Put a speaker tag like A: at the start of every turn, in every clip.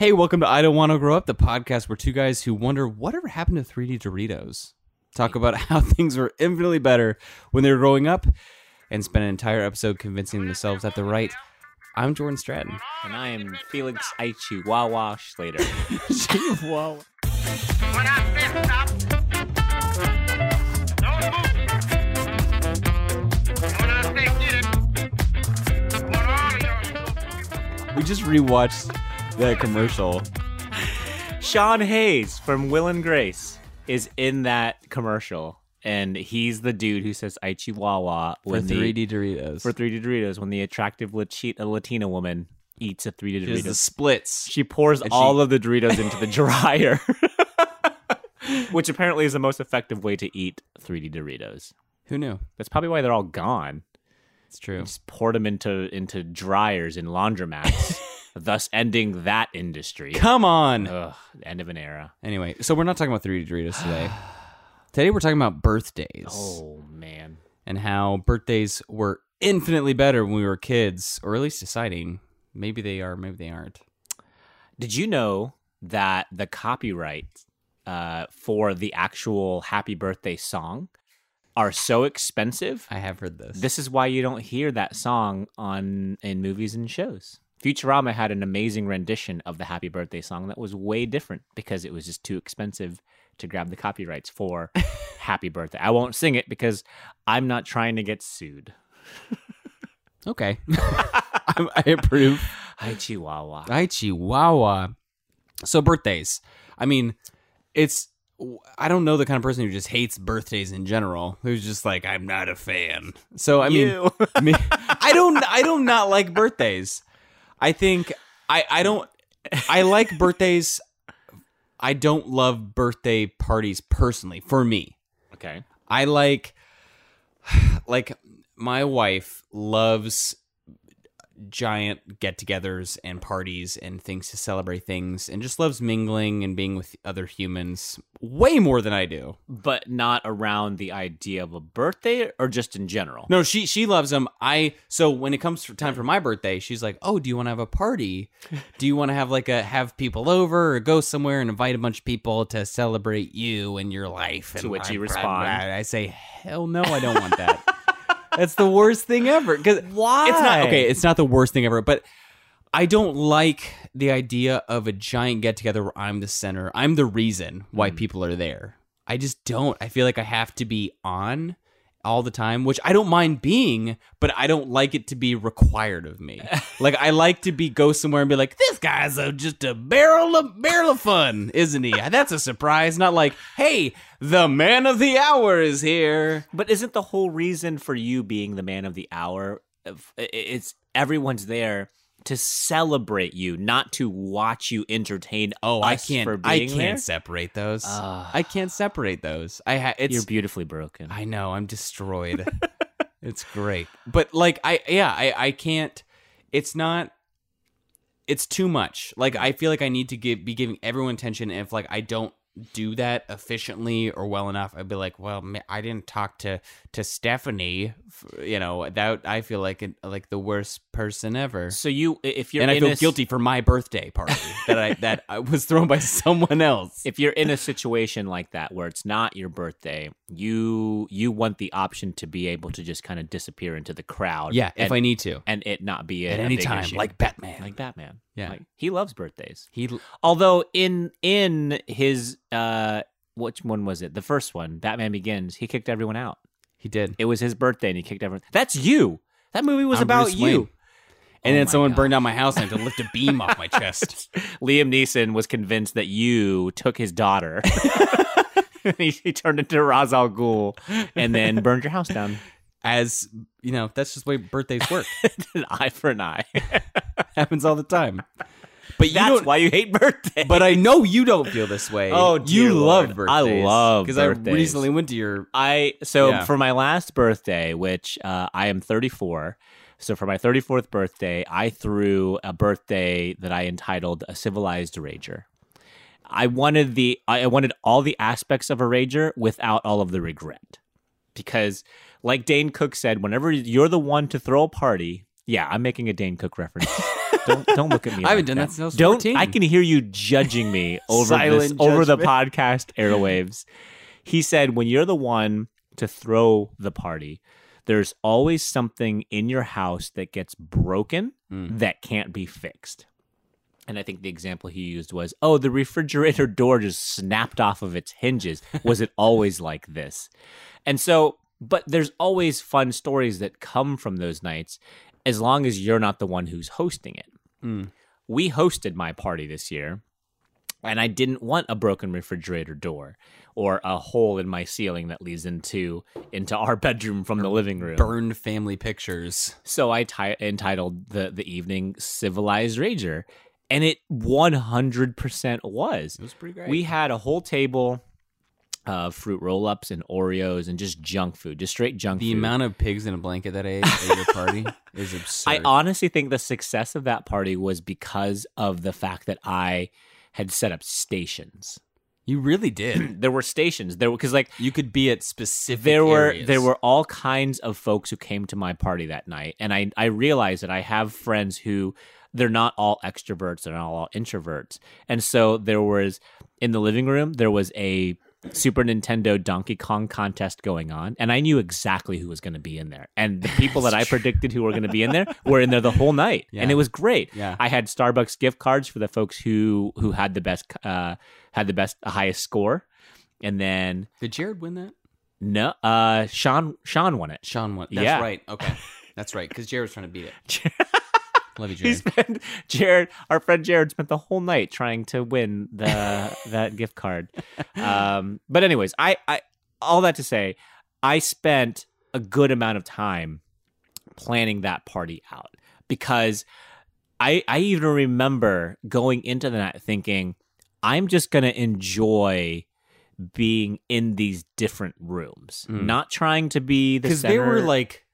A: Hey, welcome to I Don't Want to Grow Up, the podcast where two guys who wonder whatever happened to 3D Doritos talk about how things were infinitely better when they were growing up and spend an entire episode convincing themselves that they're right. I'm Jordan Stratton.
B: And I am Felix Aichi Wawa Schlater.
A: Whoa.
C: When I say stop, don't move. When I say get it, what are y'all?
A: We just rewatched that commercial.
B: Sean Hayes from Will and Grace is in that commercial. And he's the dude who says Aichi Wawa
A: For
B: when the,
A: 3D Doritos.
B: for 3D Doritos when the attractive Lachi- a Latina woman eats a 3D
A: It was the
B: Doritos.
A: splits.
B: She pours
A: And she-
B: all of the Doritos into the dryer, which apparently is the most effective way to eat 3D Doritos.
A: Who knew?
B: That's probably why they're all gone.
A: It's true.
B: just poured them into into dryers and laundromats, thus ending that industry.
A: Come on.
B: Ugh, end of an era.
A: Anyway, so we're not talking about 3D Doritos today. Today we're talking about birthdays.
B: Oh man,
A: and how birthdays were infinitely better when we were kids, or at least exciting. Maybe they are, maybe they aren't.
B: did you know that the copyright uh, for the actual Happy Birthday song are so expensive?
A: I have heard this.
B: This is why you don't hear that song on in movies and shows. Futurama had an amazing rendition of the Happy Birthday song that was way different because it was just too expensive to grab the copyrights for Happy Birthday. I won't sing it because I'm not trying to get sued.
A: okay. I, I approve.
B: Hi Chihuahua.
A: Hi, Chihuahua. So, birthdays. I mean, it's. I don't know the kind of person who just hates birthdays in general, who's just like, I'm not a fan. So, I mean,
B: You.
A: I mean, I don't I don't not like birthdays. I think I I don't I like birthdays. I don't love birthday parties personally for me.
B: okay.
A: I like like my wife loves giant get-togethers and parties and things to celebrate things and just loves mingling and being with other humans way more than I do.
B: But not around the idea of a birthday or just in general.
A: No, she she loves them. I so when it comes for time for my birthday, she's like, "Oh, do you want to have a party? Do you want to have like a have people over or go somewhere and invite a bunch of people to celebrate you and your life?"
B: To
A: and
B: which you
A: blah, blah,
B: respond.
A: blah. I say, "Hell no, I don't want that." That's the worst thing ever. Because
B: Why?
A: it's not okay. It's not the worst thing ever, but I don't like the idea of a giant get together where I'm the center. I'm the reason why people are there. I just don't. I feel like I have to be on all the time, which I don't mind being, but I don't like it to be required of me. like I like to be go somewhere and be like, this guy's a, just a barrel of barrel of fun, isn't he? That's a surprise. Not like, hey, the man of the hour is here.
B: But isn't the whole reason for you being the man of the hour? of- i- i- It's everyone's there to celebrate you, not to watch you entertain.
A: Oh, I
B: us
A: can't.
B: For
A: I
B: being
A: can't
B: there?
A: separate those.
B: Ah.
A: I can't separate those. I ha- it's.
B: You're beautifully broken.
A: I know. I'm destroyed. it's great, but like I yeah I I can't. It's not. It's too much. Like I feel like I need to give be giving everyone attention. If like I don't do that efficiently or well enough, I'd be like, well, ma- I didn't talk to to Stephanie. f- You know that I feel like an, like the worst person ever
B: so you, i- if you're
A: and I
B: in
A: feel
B: a s-
A: guilty for my birthday party that I that I was thrown by someone else.
B: if you're in a situation like that where it's not your birthday, you you want the option to be able to just kind of disappear into the crowd.
A: Yeah,
B: and,
A: if I need to
B: and it not be a,
A: at
B: a
A: any
B: big
A: time,
B: issue.
A: like Batman.
B: like Batman.
A: Yeah.
B: Like, he loves birthdays.
A: he
B: Although in in his uh which one was it? The first one, Batman Begins, he kicked everyone out.
A: he did.
B: It was his birthday and he kicked everyone. That's you. That movie was
A: I'm
B: about
A: Bruce Wayne.
B: you.
A: And
B: Oh
A: then
B: my
A: someone
B: God.
A: burned down my house and I had to lift a beam off my chest.
B: Liam Neeson was convinced that you took his daughter. he, he turned into Ra's al Ghul and then burned your house down.
A: As you know, that's just the way birthdays work.
B: an eye for an eye.
A: happens all the time. But you
B: That's
A: don't.
B: why you hate birthday.
A: but I know you don't feel this way.
B: Oh,
A: you
B: dear
A: love
B: Lord.
A: birthdays.
B: I love
A: because I
B: birthdays.
A: recently went to your.
B: I so
A: Yeah.
B: for my last birthday, which uh, I am 34. So for my 34th birthday, I threw a birthday that I entitled "A Civilized Rager." I wanted the I I wanted all the aspects of a rager without all of the regret, because like Dane Cook said, whenever you're the one to throw a party, yeah, I'm making a Dane Cook reference. Don't don't look at me.
A: I haven't
B: like
A: done that since I was
B: Don't.
A: 14.
B: I can hear you judging me over this,
A: Silent
B: over the
A: judgment.
B: podcast airwaves. He said, when you're the one to throw the party, there's always something in your house that gets broken
A: Mm.
B: that can't be fixed. And I think the example he used was, oh, the refrigerator door just snapped off of its hinges. Was it always like this? And so, but there's always fun stories that come from those nights as long as you're not the one who's hosting it.
A: Mm.
B: We hosted my party this year, and I didn't want a broken refrigerator door or a hole in my ceiling that leads into into our bedroom from the living room.
A: Burned family pictures.
B: So I ti- entitled the the evening "Civilized Rager," and it one hundred percent was.
A: was pretty great.
B: We had a whole table of fruit roll ups and Oreos and just junk food, just straight junk
A: the
B: food.
A: amount of pigs in a blanket that I ate at your party is absurd.
B: I honestly think the success of that party was because of the fact that I had set up stations.
A: you really did.
B: There were stations there because like
A: You could be at specific.
B: there were
A: areas.
B: there were all kinds of folks who came to my party that night and i i realized that i have friends who they're not all extroverts they're not all introverts and so there was in the living room there was a super nintendo donkey kong contest going on and i knew exactly who was going to be in there and the people that i predicted who were going to be in there were in there the whole night and
A: Yeah.
B: it was great
A: Yeah.
B: i had starbucks gift cards for the folks who who had the best uh had the best highest score and then
A: Did Jared win that?
B: no, uh, Sean Sean won it.
A: Sean won. That's
B: Yeah.
A: right. Okay, that's right. Because Jared was trying to beat it.
B: Jared-
A: Love you,
B: He
A: Jared.
B: spent Jared, our friend Jared, spent the whole night trying to win the that gift card. Um, but anyways, I I all that to say, I spent a good amount of time planning that party out because I I even remember going into the night thinking I'm just gonna enjoy being in these different rooms,
A: Mm.
B: not trying to be the
A: Because there were
B: center-
A: like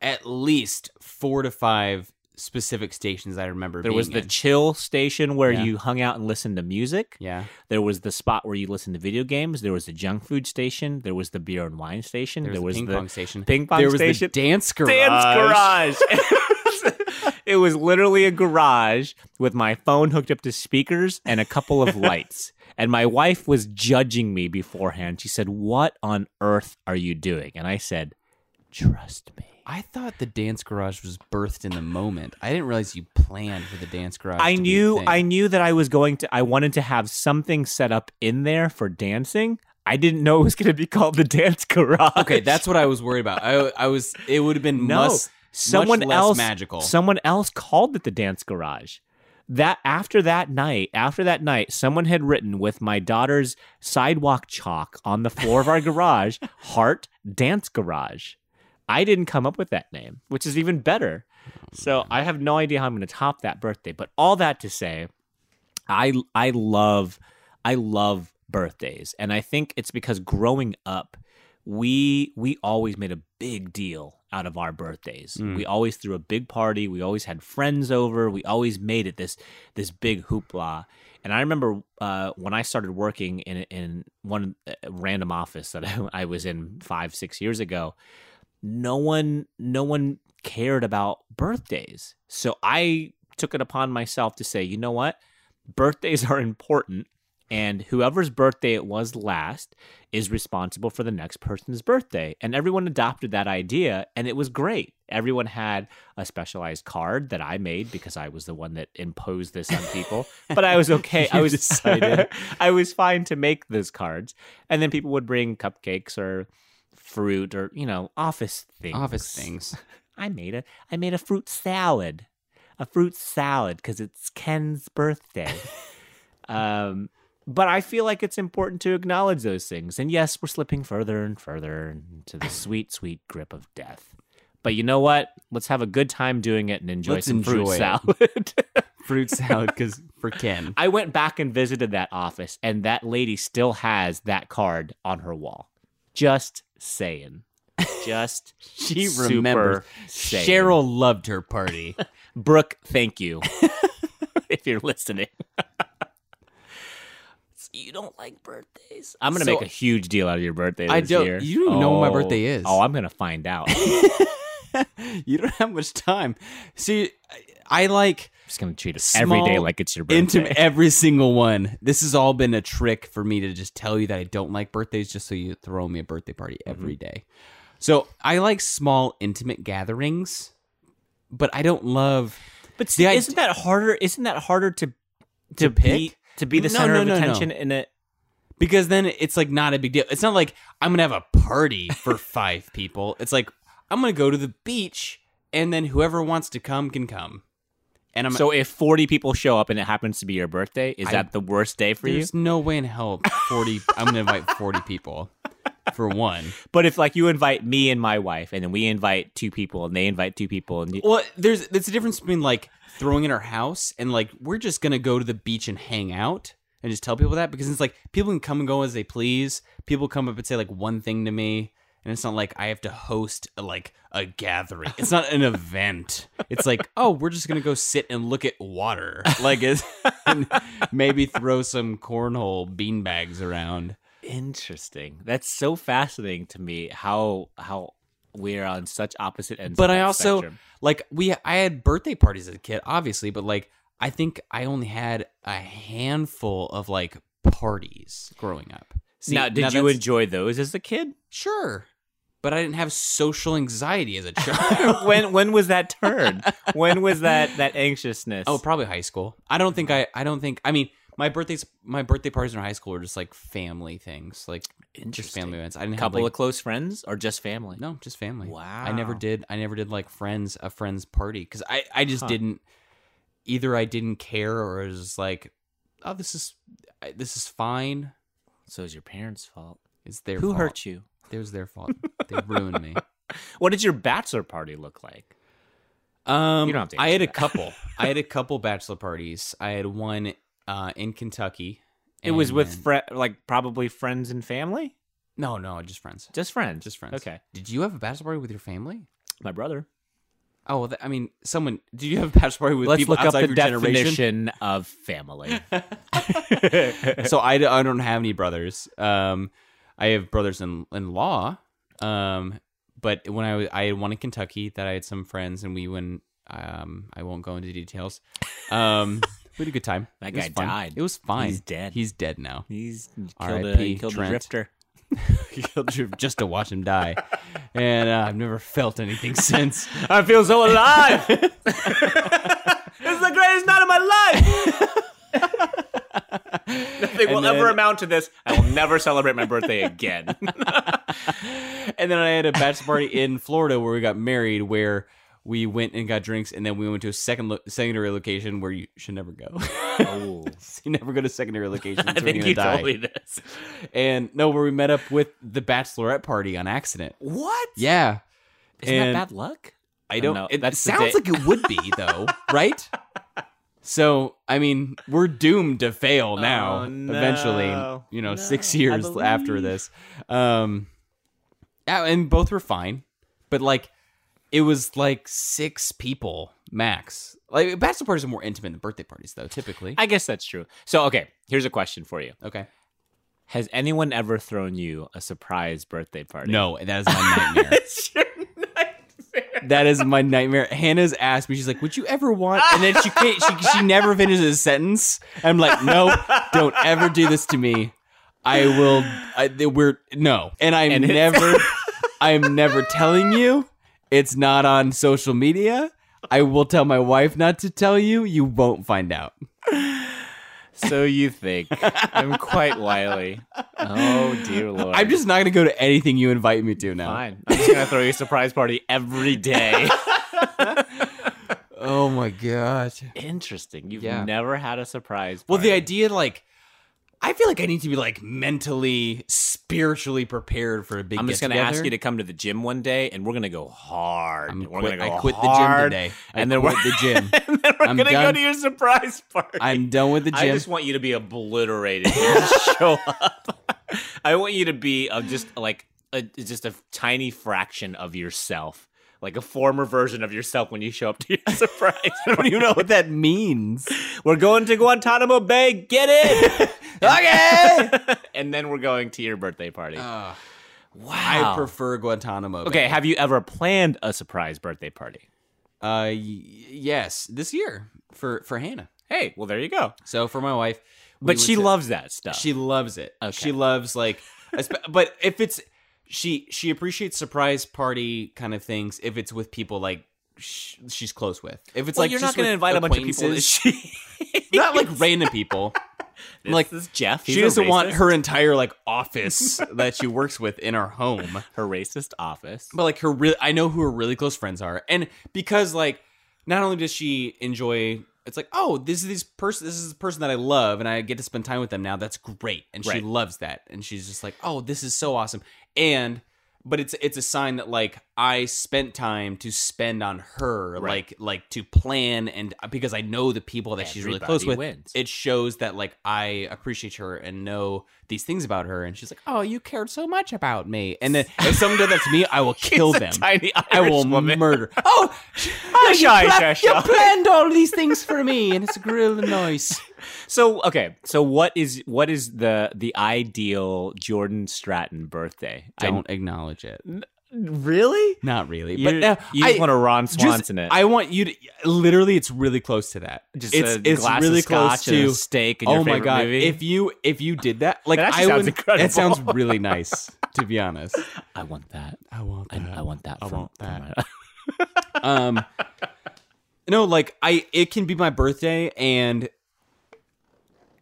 A: at least four to five specific stations I remember.
B: There was the
A: being in.
B: chill station where
A: Yeah.
B: you hung out and listened to music.
A: yeah.
B: There was the spot where you listened to video games. There was the junk food station. There was the beer and wine station.
A: There was,
B: There was
A: the ping
B: the
A: pong station.
B: ping pong
A: there was
B: station.
A: the dance garage.
B: Dance garage. it was literally a garage with my phone hooked up to speakers and a couple of lights. And my wife was judging me beforehand. She said, "What on earth are you doing?" And I said, "Trust me."
A: I thought the dance garage was birthed in the moment. I didn't realize you planned for the dance garage.
B: I
A: to be a
B: knew
A: thing.
B: I knew that I was going to I wanted to have something set up in there for dancing. I didn't know it was going to be called the dance garage.
A: Okay, that's what I was worried about. I, I was. It would have been
B: no.
A: must-
B: someone
A: much less
B: else
A: magical.
B: Someone else called it the dance garage. That after that night, after that night, someone had written with my daughter's sidewalk chalk on the floor of our garage, "Heart Dance Garage." I didn't come up with that name, which is even better. So I have no idea how I'm going to top that birthday. But all that to say, I I love I love birthdays, and I think it's because growing up, we we always made a big deal out of our birthdays.
A: Mm.
B: We always threw a big party. We always had friends over. We always made it this this big hoopla. And I remember uh, when I started working in in one uh, random office that I, I was in five six years ago no one no one cared about birthdays so i took it upon myself to say you know what birthdays are important and whoever's birthday it was last is responsible for the next person's birthday and everyone adopted that idea and it was great everyone had a specialized card that i made because i was the one that imposed this on people but i was okay i
A: You
B: was
A: decided.
B: i was fine to make those cards and then people would bring cupcakes or fruit or you know office things
A: office things.
B: i made a i made a fruit salad a fruit salad because it's ken's birthday um but i feel like it's important to acknowledge those things and yes we're slipping further and further into the sweet sweet grip of death but you know what let's have a good time doing it and enjoy
A: Let's
B: some fruit
A: enjoy it.
B: salad
A: Fruit salad because for Ken.
B: i went back and visited that office and that lady still has that card on her wall just saying just
A: She
B: Super
A: remembers.
B: sane.
A: Cheryl loved her party.
B: Brooke, thank you. if you're listening. you don't like birthdays. I'm gonna
A: So-
B: make a huge deal out of your birthday.
A: I
B: this
A: don't-
B: year.
A: you don't even know when my birthday is.
B: Oh, I'm gonna find out.
A: you don't have much time. See, I, I like
B: just gonna treat us every day
A: Small,
B: like it's your birthday.
A: into every single one. This has all been a trick for me to just tell you that I don't like birthdays, just so you throw me a birthday party every day. So I like small, intimate gatherings, but I don't love.
B: But
A: The
B: see,
A: id-
B: isn't that harder? Isn't that harder to to,
A: To pick?
B: be, to be the
A: No,
B: center
A: no,
B: of
A: no, no.
B: attention in a
A: because then it's like not a big deal. It's not like I'm gonna have a party for five people. It's like I'm gonna go to the beach and then whoever wants to come can come. And I'm
B: so if forty people show up and it happens to be your birthday, is
A: I-
B: that the worst day for you?
A: there's no way in hell forty. I'm gonna invite forty people for one.
B: But if like you invite me and my wife, and then we invite two people, and they invite two people, and you,
A: Well, there's there's a difference between like throwing in our house and like we're just gonna go to the beach and hang out and just tell people that because it's like people can come and go as they please. People come up and say like one thing to me, and it's not like I have to host like a gathering. It's not an event. It's like oh, we're just gonna go sit and look at water, like it's, and maybe throw some cornhole beanbags around.
B: interesting. That's so fascinating to me. How how we're on such opposite ends.
A: but
B: of
A: I
B: that
A: also
B: spectrum.
A: like we I had birthday parties as a kid, obviously, but like I think I only had a handful of like parties growing up. See,
B: now did you
A: that's-
B: enjoy those as a kid?
A: Sure, but I didn't have social anxiety as a child.
B: when when was that turn? when was that that anxiousness?
A: oh, probably high school. I don't think
B: Uh-huh.
A: I. I don't think. I mean, my birthdays, my birthday parties in high school were just like family things, like just
B: Interesting.
A: family events. I didn't
B: couple
A: have
B: of
A: like,
B: close friends or just family?
A: no, just family.
B: Wow.
A: I never did. I never did like friends a friends party because I I just
B: Huh.
A: didn't. Either I didn't care or I was just like, oh, this is I- this is fine.
B: So it's your parents' fault.
A: It's their
B: Who
A: fault.
B: hurt you?
A: It was their fault. they ruined me.
B: What did your bachelor party look like?
A: Um,
B: You don't have to
A: I
B: answer
A: had a
B: that.
A: couple. I had a couple bachelor parties. I had one uh, in Kentucky.
B: It was with
A: and-
B: fri like probably friends and family,
A: no, no, just friends.
B: just friends,
A: Just friends.
B: Okay,
A: Did you have a bachelor party with your family?
B: my brother.
A: Oh, well, that, I mean, someone. Did you have a bachelor party with
B: Let's
A: people
B: look up
A: outside
B: the
A: your generation?
B: definition of family.
A: so I, I don't have any brothers. Um, I have brothers in in law. Um, but when I was, I had one in Kentucky that I had some friends and we went. Um, I won't go into details. Um, we had a good time.
B: That
A: It was
B: guy
A: fun.
B: died.
A: It was fine.
B: He's dead.
A: He's dead now.
B: He's killed a,
A: R.I.P.
B: he killed a
A: Trent.
B: drifter.
A: Killed you just to watch him die, and uh, I've never felt anything since.
B: I feel so alive. this is the greatest night of my life. Nothing will
A: then-
B: ever amount to this. I will never celebrate my birthday again.
A: and then I had a bachelor party in Florida where we got married, where we went and got drinks, and then we went to a second lo- secondary location where you should never go.
B: oh,
A: you never go to secondary locations.
B: I
A: where
B: think
A: you're
B: you
A: gonna die.
B: told me this.
A: And no, where we met up with the bachelorette party on accident.
B: What?
A: Yeah,
B: Isn't
A: and-
B: that bad luck?
A: I don't.
B: No,
A: it
B: that's the
A: sounds
B: day-
A: like it would be though, right? So I mean, we're doomed to fail now.
B: Oh, no.
A: Eventually, you know, six
B: No, I
A: years after
B: believe.
A: this. Um, yeah, and both were fine, but like, it was like six people max. Like bachelor parties are more intimate than birthday parties, though. Typically,
B: I guess that's true. So, okay, here's a question for you:
A: okay.
B: Has anyone ever thrown you a surprise birthday party?
A: No, that is my nightmare.
B: it's your nightmare.
A: that is my nightmare. Hannah's asked me, she's like, "Would you ever want?" And then she can't, she she never finishes a sentence. I'm like, "No, don't ever do this to me. I will. I, we're no." And I'm
B: And it's-
A: never. I'm never telling you. It's not on social media. I will tell my wife not to tell you. You won't find out.
B: So you think I'm quite wily? Oh dear lord!
A: I'm just not gonna go to anything you invite me to now.
B: fine. I'm just gonna throw you a surprise party every day.
A: Oh my gosh.
B: Interesting. You've
A: Yeah.
B: never had a surprise.
A: Well,
B: party.
A: the idea, like, I feel like I need to be like mentally, spiritually prepared for a big.
B: I'm just gonna
A: get-together.
B: ask you to come to the gym one day, and we're gonna go hard.
A: I'm
B: we're
A: quit-
B: gonna go
A: I quit
B: hard,
A: the gym today. I
B: and then
A: quit
B: we're
A: the gym.
B: and then we're
A: I'm
B: gonna go
A: done.
B: to your surprise party.
A: I'm done with the
B: I
A: gym.
B: just want you to be obliterated. when You just show up. I want you to be of just like a, just a tiny fraction of yourself, like a former version of yourself when you show up to your surprise.
A: I don't even know what that means.
B: We're going to Guantanamo Bay. Get it?
A: okay.
B: and then we're going to your birthday party. Uh, Wow.
A: I prefer Guantanamo. Bay.
B: okay, have you ever planned a surprise birthday party?
A: Uh, y- yes, this year for for Hannah.
B: Hey, well there you go.
A: So for my wife, we
B: But
A: would
B: she
A: sit-
B: loves that stuff.
A: she loves it.
B: Okay.
A: She loves like, espe- but if it's she she appreciates surprise party kind of things if it's with people like sh- she's close with. If it's
B: Well,
A: like
B: you're
A: just
B: not going to
A: with
B: invite a bunch of people. That
A: acquaintances-
B: she,
A: not like random people. like
B: this is Jeff.
A: she
B: He's a
A: doesn't want
B: racist.
A: her entire like office that she works with in her home.
B: her racist office.
A: but like her real I know who her really close friends are. And because like not only does she enjoy it's like, oh, this is this person this is the person that I love and I get to spend time with them now. That's great. And she
B: Right.
A: loves that. And she's just like, "Oh, this is so awesome." And but it's it's a sign that like I spent time to spend on her,
B: Right.
A: like like to plan and uh, because I know the people that she's really close
B: Everybody
A: with.
B: wins.
A: It shows that like I appreciate her and know these things about her. And she's like, "Oh, you cared so much about me." And then if someone did that to me, I will kill
B: She's a
A: them.
B: tiny
A: I
B: Irish
A: will
B: woman.
A: murder. Oh, oh you,
B: shy,
A: pla-
B: shy,
A: you
B: shy.
A: planned all these things for me, and it's really nice.
B: So okay, so what is what is the the ideal Jordan Stratton birthday? I-
A: Don't acknowledge it.
B: really,
A: Not really.
B: but
A: but now
B: Mm-hmm. you just want a Ron Swanson it.
A: I want you to literally. It's really close to that.
B: just
A: it's
B: a
A: it's
B: glass
A: really
B: of scotch
A: close to
B: and a steak. And
A: oh
B: your
A: my
B: favorite
A: god!
B: movie.
A: If you if you did that, like
B: That actually
A: I
B: sounds
A: would.
B: incredible.
A: That sounds really nice. To be honest,
B: I want that,
A: I want
B: I, Uh, I want that.
A: I
B: from-
A: want that.
B: from my-
A: um no like i it can be my birthday and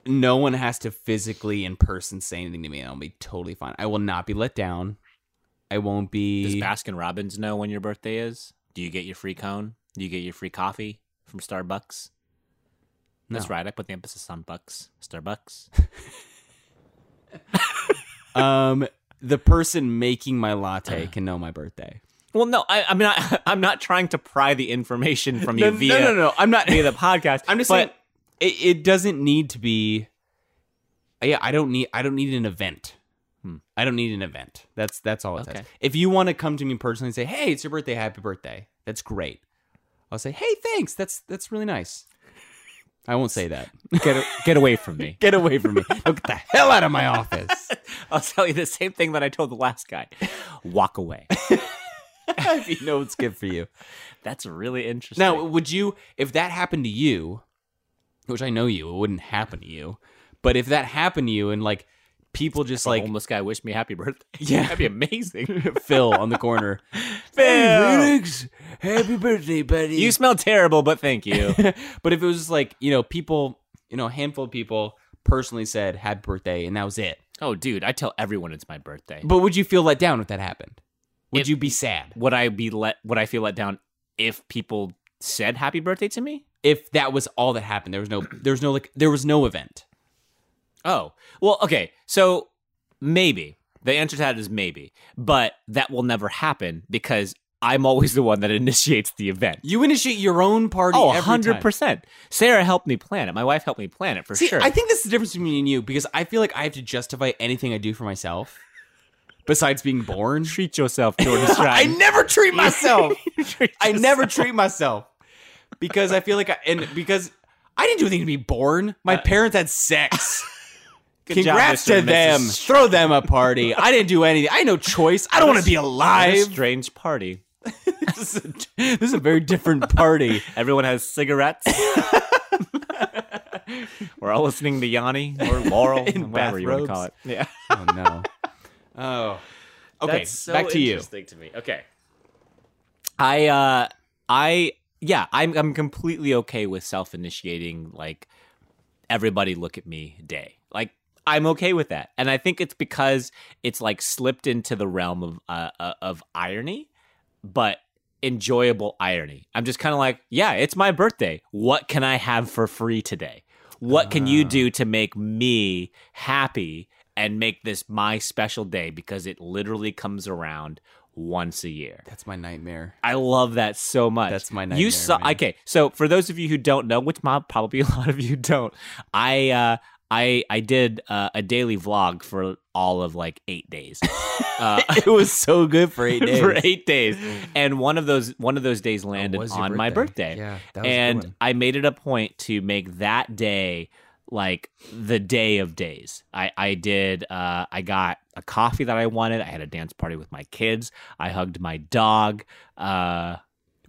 A: no one has to physically in person say anything to me and i'll be totally fine i will not be let down i won't
B: Does
A: be
B: Baskin Robbins know when your birthday is? Do you get your free cone? Do you get your free coffee from Starbucks? That's
A: No.
B: right. I put the emphasis on bucks. Starbucks.
A: um the person making my latte can know my birthday
B: well, no, I, I'm not. I'm not trying to pry the information from you via
A: no i'm not
B: via the podcast.
A: i'm just
B: but
A: saying it, it doesn't need to be yeah i don't need i don't need an event
B: Hmm.
A: i don't need an event that's that's all it
B: Okay.
A: says if you want to come to me personally and say hey it's your birthday happy birthday that's great i'll say hey thanks that's that's really nice i won't say that
B: get get away from me.
A: get away from me Don't get the hell out of my office
B: I'll tell you the same thing that I told the last guy. Walk away.
A: if you know it's good for you
B: That's really interesting.
A: Now, would you, if that happened to you, which I know you, it wouldn't happen to you, but if that happened to you and like people just
B: like
A: like
B: homeless guy wished me happy birthday.
A: Yeah.
B: that'd be amazing.
A: Phil on the corner,
B: Phil,
A: happy birthday, buddy.
B: you smell terrible, but thank you.
A: but if it was just like, you know, people, you know, a handful of people personally said happy birthday and that was it,
B: oh, dude, I tell everyone it's my birthday.
A: but would you feel let down if that happened? Would
B: If-
A: you be sad
B: Would I be let? Would I feel let down if people said happy birthday to me?
A: if that was all that happened? There was no, there was no like, there was no event.
B: Oh, well, okay. So maybe the answer to that is maybe, but that will never happen because I'm always the one that initiates the event.
A: You initiate your own party.
B: Oh,
A: every time.
B: 100%. Sarah helped me plan it. My wife helped me plan it for
A: See,
B: sure.
A: I think that's the difference between me and you because I feel like I have to justify anything I do for myself besides being born.
B: treat yourself, Jordan
A: I
B: Stratton.
A: never treat myself.
B: Treat
A: I
B: yourself.
A: never treat myself because I feel like I, and because I didn't do anything to be born. My parents had sex.
B: Uh, job,
A: Congrats
B: Mr.
A: to
B: and
A: them.
B: Mrs.
A: Throw them a party. I didn't do anything. I had no choice. I don't want to be
B: What a
A: alive.
B: strange party.
A: this, is a, this is a very different party.
B: Everyone has cigarettes. We're all listening to Yanni or Laurel,
A: In
B: whatever you want to call it.
A: bathrobes.
B: Yeah.
A: Oh no. Oh. Okay. back to you.
B: to me. Okay. I uh I yeah, I'm I'm completely okay with self-initiating like everybody look at me day. Like I'm okay with that. And I think it's because it's like slipped into the realm of uh, uh, of irony, but enjoyable irony. I'm just kind of like, yeah, it's my birthday. What can I have for free today? What can you do to make me happy and make this my special day because it literally comes around once a year.
A: That's my nightmare.
B: I love that so much.
A: That's my
B: You
A: nightmare,
B: saw
A: man.
B: okay. So for those of you who don't know, which mob probably a lot of you don't, I uh, I I did uh, a daily vlog for all of like eight days. Uh,
A: it was so good for eight days.
B: for eight days, and one of those one of those days landed
A: Oh, was your
B: on my
A: birthday.
B: birthday.
A: Yeah, that was a good
B: and
A: one.
B: I made it a point to make that day like the day of days. I I did uh I got a coffee that I wanted. I had a dance party with my kids. I hugged my dog. Uh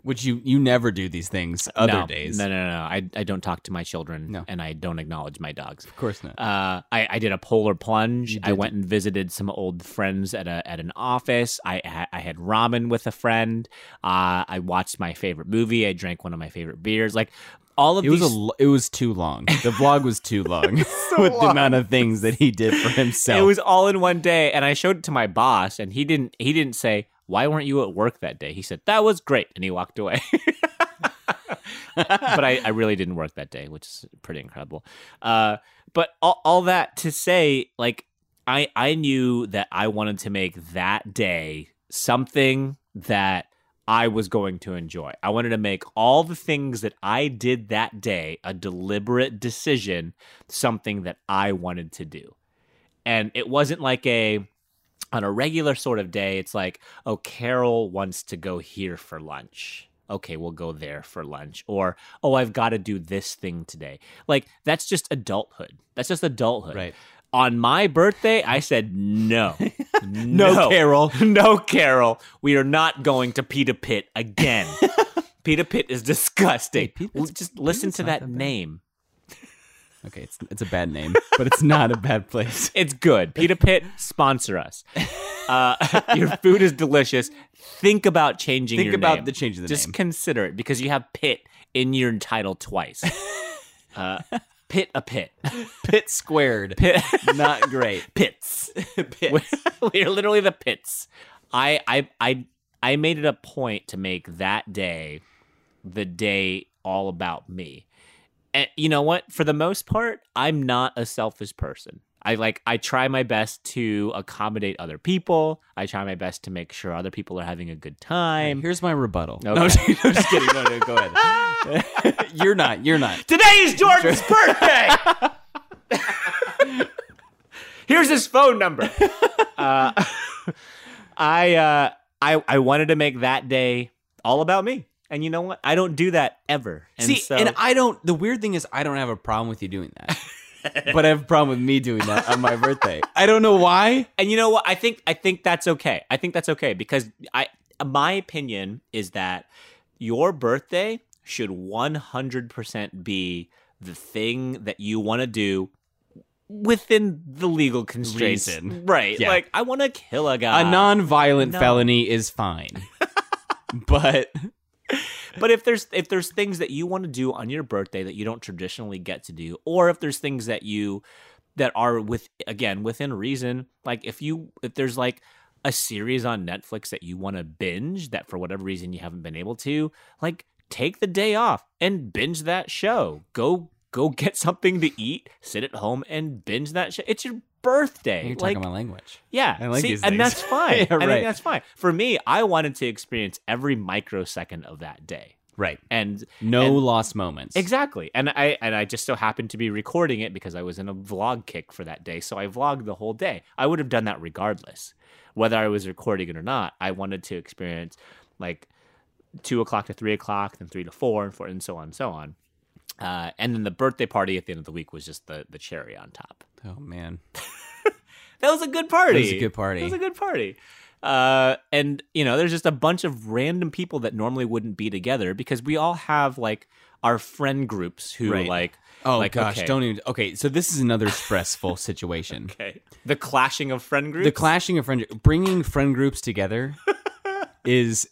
A: Which you you never do these things other
B: no,
A: days.
B: No, no, no. no. I I don't talk to my children
A: No.
B: and I don't acknowledge my dogs.
A: Of course not.
B: Uh, I, I did a polar plunge.
A: You
B: I
A: did.
B: went and visited some old friends at a at an office. I ha- I had ramen with a friend. Uh, I watched my favorite movie. I drank one of my favorite beers. Like all of
A: It
B: these.
A: was a l- it was too long. The vlog was too long with the amount of things that he did for himself.
B: it was all in one day, and I showed it to my boss, and he didn't he didn't say why weren't you at work that day. He said that was great, and he walked away. but I, I really didn't work that day, which is pretty incredible. Uh, but all, all that to say, like I I knew that I wanted to make that day something that I was going to enjoy. I wanted to make all the things that I did that day a deliberate decision, something that I wanted to do. And it wasn't like a on a regular sort of day, it's like, oh, Carol wants to go here for lunch. Okay, we'll go there for lunch. Or, oh, I've got to do this thing today. Like, that's just adulthood. That's just adulthood.
A: Right.
B: On my birthday, I said no.
A: no, Carol.
B: No, Carol, we are not going to Pita Pit again. Pita Pit is disgusting.
A: Hey, Pita
B: L-
A: Pit's-
B: Just listen
A: Pita's
B: to
A: not
B: that,
A: that bad.
B: name.
A: Okay, it's it's a bad name, but it's not a bad place.
B: It's good. Pita Pit, sponsor us. Uh, your food is delicious. Think about changing
A: Think
B: your
A: about
B: name.
A: the change of the
B: Just
A: name.
B: consider it because you have Pit in your title twice. uh, pit a Pit.
A: Pit squared.
B: Pit.
A: Not great.
B: Pits.
A: Pit.
B: We're, we're literally the pits. I, I I I made it a point to make that day the day all about me. And you know what? For the most part, I'm not a selfish person. I like I try my best to accommodate other people. I try my best to make sure other people are having a good time.
A: Here's my rebuttal.
B: Okay.
A: No, I'm just, I'm just kidding. No, no, go ahead. you're not. You're not.
B: Today is Jordan's birthday. Here's his phone number. Uh, I uh, I I wanted to make that day all about me, and you know what? I don't do that ever. And
A: See,
B: so,
A: and I don't. The weird thing is, I don't have a problem with you doing that, but I have a problem with me doing that on my birthday. I don't know why.
B: and you know what? I think I think that's okay. I think that's okay because I my opinion is that your birthday should 100% be the thing that you want to do within the legal constraints.
A: Reason.
B: Right.
A: Yeah.
B: Like I want to kill a guy.
A: a non-violent
B: no.
A: felony is fine, but
B: but if there's if there's things that you want to do on your birthday that you don't traditionally get to do or if there's things that you that are with again within reason like if you if there's like a series on Netflix that you want to binge that for whatever reason you haven't been able to like take the day off and binge that show go go get something to eat sit at home and binge that show it's your birthday
A: you're
B: like
A: talking my language.
B: yeah,
A: I like
B: see,
A: these
B: and
A: things.
B: that's fine.
A: Yeah,
B: I think
A: right.
B: that's fine. For me, I wanted to experience every microsecond of that day,
A: Right.
B: and
A: No
B: And-
A: lost moments.
B: exactly, and I and I just so happened to be recording it because I was in a vlog kick for that day, so I vlogged the whole day. I would have done that regardless, whether I was recording it or not. I wanted to experience like two o'clock to three o'clock, then three to four, and four, and so on, and so on. Uh, and then the birthday party at the end of the week was just the the cherry on top.
A: Oh man,
B: That was a good party.
A: it was a good party.
B: It was a good party. Uh, and you know, there's just a bunch of random people that normally wouldn't be together because we all have like our friend groups who
A: Right.
B: like,
A: oh
B: like,
A: gosh,
B: okay.
A: don't even. Okay, so this is another stressful situation.
B: okay, the clashing of friend groups.
A: The clashing of friend, bringing friend groups together, is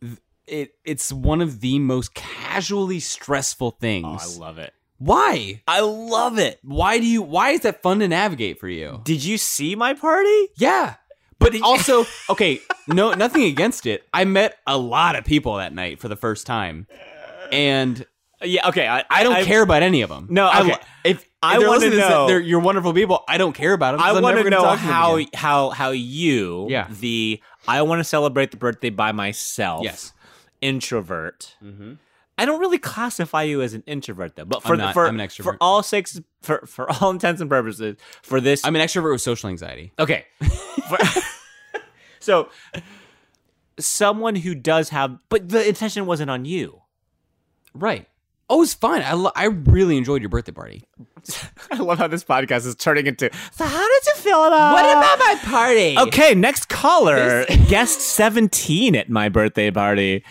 A: th- it. It's one of the most casually stressful things.
B: Oh, I love it.
A: why?
B: I love it.
A: Why do you? Why is that fun to navigate for you?
B: Did you see my party?
A: Yeah. But also, okay, no nothing against it. I met a lot of people that night for the first time. And
B: Yeah. Okay. I,
A: I don't
B: I-
A: care about any of them.
B: No,
A: I,
B: okay.
A: lo- if, if
B: I
A: they're
B: wanna
A: listening to this,
B: know-
A: they're, you're wonderful people. I don't care about them.
B: I
A: want to
B: know
A: talk them
B: how
A: again.
B: how how you
A: Yeah.
B: the I want to celebrate the birthday by myself.
A: Yes.
B: Introvert. I don't really classify you as an introvert though, but for
A: I'm not.
B: for
A: I'm an extrovert.
B: for all six for for all intents and purposes for this
A: I'm an extrovert with social anxiety.
B: okay. For- so someone who does have but the intention wasn't on you.
A: Right. Oh, it's fun. I lo- I really enjoyed your birthday party.
B: I love how this podcast is turning into. So how did you feel about?
A: my party? Uh, Okay.
B: Okay, next caller, guest seventeen at my birthday party.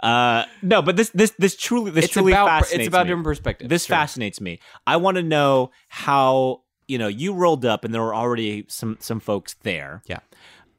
B: Uh, no, but this this this truly this
A: It's
B: truly
A: about
B: fascinates
A: it's about
B: me.
A: different perspectives.
B: This
A: Sure.
B: fascinates me. I want to know how you know you rolled up, and there were already some some folks there.
A: Yeah.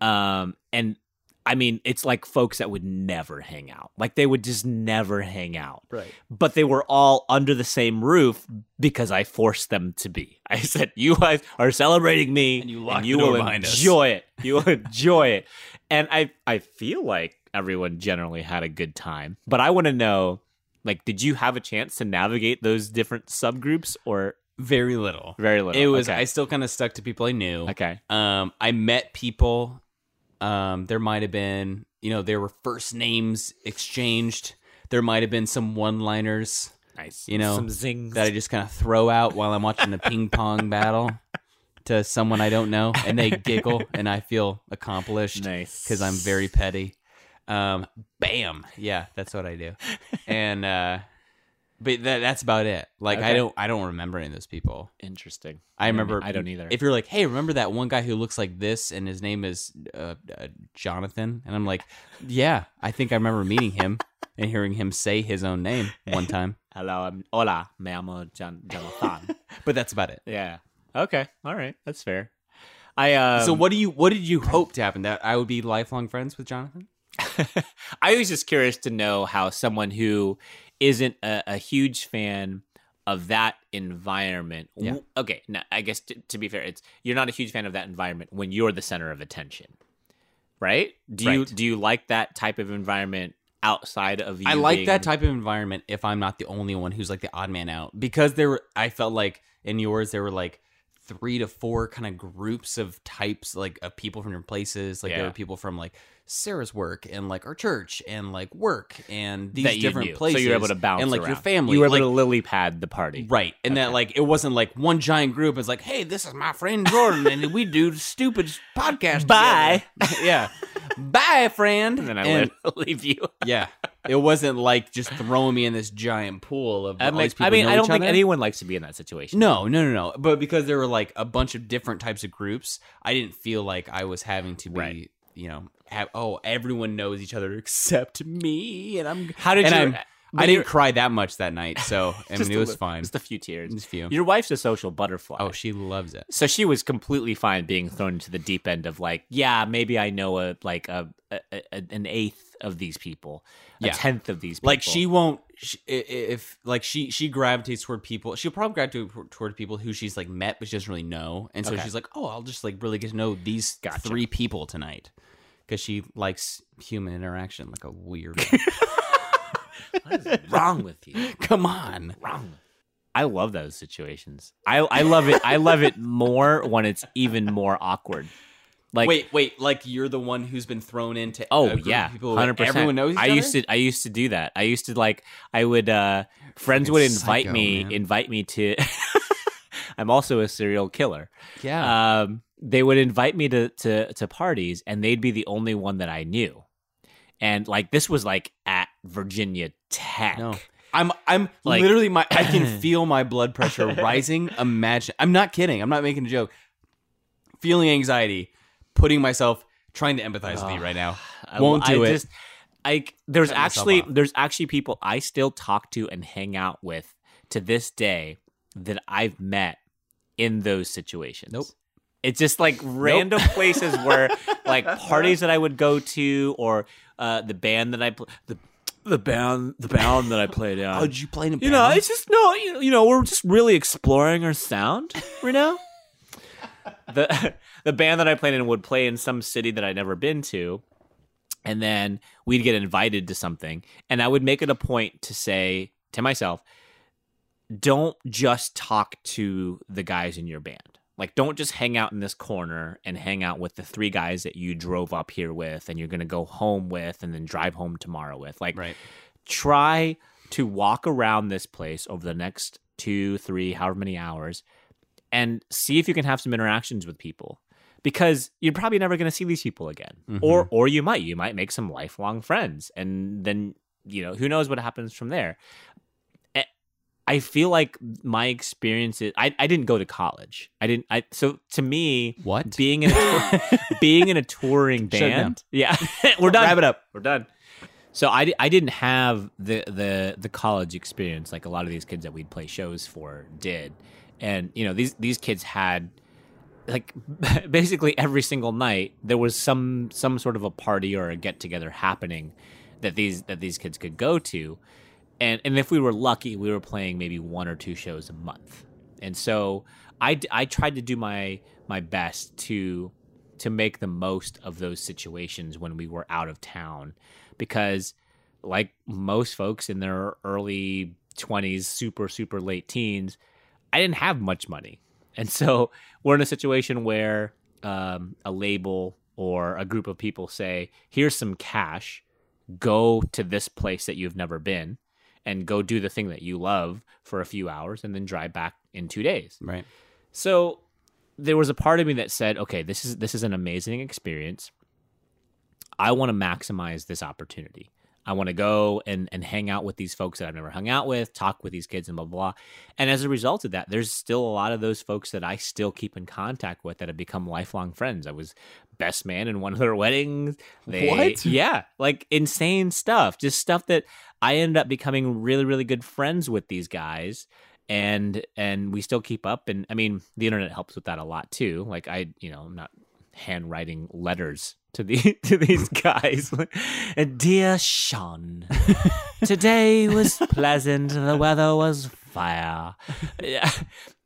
B: Um, and I mean, it's like folks that would never hang out. Like they would just never hang out.
A: Right.
B: But they were all under the same roof because I forced them to be. I said, "You guys are celebrating me,
A: And you locked
B: and
A: the
B: you
A: door
B: will
A: behind us."
B: enjoy it. You will enjoy it." And I, I feel like everyone generally had a good time. But I want to know, like, did you have a chance to navigate those different subgroups or
A: Very little.
B: very little?
A: It was.
B: okay.
A: I still kind of stuck to people I knew.
B: okay.
A: Um, I met people. Um, there might have been, you know, there were first names exchanged. There might have been some one-liners
B: Nice.
A: You know,
B: some zings.
A: that I just kind of throw out while I'm watching a ping pong battle to someone I don't know, and they giggle, and I feel accomplished
B: nice
A: because I'm very petty. Um, bam, yeah, that's what I do, and uh, but that, that's about it. Like I
B: Okay.
A: don't, I don't remember any of those people.
B: interesting.
A: I remember.
B: I don't either.
A: If you're like, hey, remember that one guy who looks like this, and his name is uh, uh, Jonathan, and I'm like, yeah, I think I remember meeting him and hearing him say his own name one time.
B: Hello, I'm hola, me llamo Jan- Jonathan.
A: But that's about it.
B: yeah. Okay. All right. That's fair. I um,
A: so what do you? What did you hope to happen? That I would be lifelong friends with Jonathan?
B: I was just curious to know how someone who isn't a, a huge fan of that environment. w- Okay, now I guess t- to be fair, it's you're not a huge fan of that environment when you're the center of attention, right? Do you
A: Right.
B: do you like that type of environment outside of you?
A: I like
B: being-
A: that type of environment if I'm not the only one who's like the odd man out because there were I felt like in yours there were like three to four kind of groups of types like of people from different places like
B: Yeah.
A: there were people from like Sarah's work and like our church and like work and these
B: that you
A: different
B: knew.
A: places
B: So you're able to bounce
A: and like your
B: around.
A: family
B: You were
A: like,
B: able to lily pad the party,
A: Right. And that like it wasn't like one giant group is like, hey, this is my friend Jordan and we do stupid podcast.
B: Bye.
A: together." yeah. Bye, friend.
B: And then I
A: And-
B: let- leave you.
A: yeah. It wasn't like just throwing me in this giant pool of
B: I
A: all
B: mean,
A: these people
B: I, mean,
A: know
B: I don't
A: each
B: think
A: other.
B: anyone likes to be in that situation.
A: No, no, no, no. But because there were like a bunch of different types of groups, I didn't feel like I was having to be,
B: Right.
A: you know, have, oh, everyone knows each other except me, and I'm.
B: How did
A: and
B: you-
A: I'm-
B: but
A: I didn't
B: you're-
A: cry that much that night, so I
B: Just
A: mean, it
B: a
A: was
B: little-
A: fine.
B: Just a few tears.
A: Just a few.
B: Your wife's a social butterfly.
A: Oh, she loves it.
B: so she was completely fine being thrown into the deep end of like, yeah, maybe I know a like a, a, a- an eighth of these people,
A: Yeah.
B: a tenth of these people.
A: like she won't sh- i- i- if like she she gravitates toward people she'll probably gravitate toward- toward people who she's like met but she doesn't really know and so
B: Okay.
A: she's like oh i'll just like really get to know these
B: Gotcha.
A: three people tonight because she likes human interaction like a weird
B: what is wrong with you?
A: come on
B: Wrong. I love those situations. I I love it. I love it more when it's even more awkward. Like
A: wait wait like you're the one who's been thrown into a
B: Oh
A: Uh, group of
B: yeah,
A: people
B: hundred percent.
A: everyone knows each
B: I
A: other?
B: used to. I used to do that. I used to like. I would. uh Friends would
A: Fucking
B: invite
A: psycho,
B: me.
A: man.
B: Invite me to. I'm also a serial killer.
A: yeah
B: Um, they would invite me to to to parties, and they'd be the only one that I knew. And like this was like at Virginia Tech.
A: no I'm I'm
B: Like-
A: literally my I can feel my blood pressure rising. Imagine I'm not kidding. I'm not making a joke. Feeling anxiety, putting myself trying to empathize with you right now.
B: I,
A: Won't do
B: I
A: it.
B: Just, I there's
A: Cut myself
B: actually
A: off.
B: there's actually people I still talk to and hang out with to this day that I've met in those situations.
A: Nope.
B: It's just like random places where like parties that I would go to or uh, the band that I pl- the Oh, the band the band that I played on.
A: How'd Oh, you play in a
B: You know, it's just no. You, you know, we're just really exploring our sound right now. the The band that I played in would play in some city that I'd never been to, and then we'd get invited to something, and I would make it a point to say to myself, "Don't just talk to the guys in your band." Like, don't just hang out in this corner and hang out with the three guys that you drove up here with and you're going to go home with and then drive home tomorrow with. Like,
A: right.
B: try to walk around this place over the next two, three, however many hours, and see if you can have some interactions with people. Because you're probably never going to see these people again, or or you might. You might make some lifelong friends, and then you know who knows what happens from there. A- I feel like my experiences. I, I didn't go to college. I didn't. I so to me,
A: What?
B: being in a, being in a touring
A: Shut it down.
B: band. Yeah, we're done.
A: Wrap it
B: up. We're done. So I, di- I didn't have the, the the college experience like a lot of these kids that we'd play shows for did, and you know these these kids had like basically every single night there was some some sort of a party or a get together happening that these that these kids could go to and and if we were lucky we were playing maybe one or two shows a month and so i d- I tried to do my my best to to make the most of those situations when we were out of town because like most folks in their early 20s super super late teens i didn't have much money and so we're in a situation where um, a label or a group of people say, here's some cash, go to this place that you've never been and go do the thing that you love for a few hours and then drive back in two days.
A: Right.
B: So there was a part of me that said, okay, this is this is an amazing experience. I want to maximize this opportunity. I want to go and and hang out with these folks that I've never hung out with, talk with these kids and blah blah. blah. And as a result of that, there's still a lot of those folks that I still keep in contact with that have become lifelong friends. I was best man in one of their weddings. They,
A: What?
B: Yeah, like insane stuff. Just stuff that I ended up becoming really really good friends with these guys and and we still keep up and i mean the internet helps with that a lot too like i you know i'm not handwriting letters to the to these guys and dear sean today was pleasant the weather was fire yeah.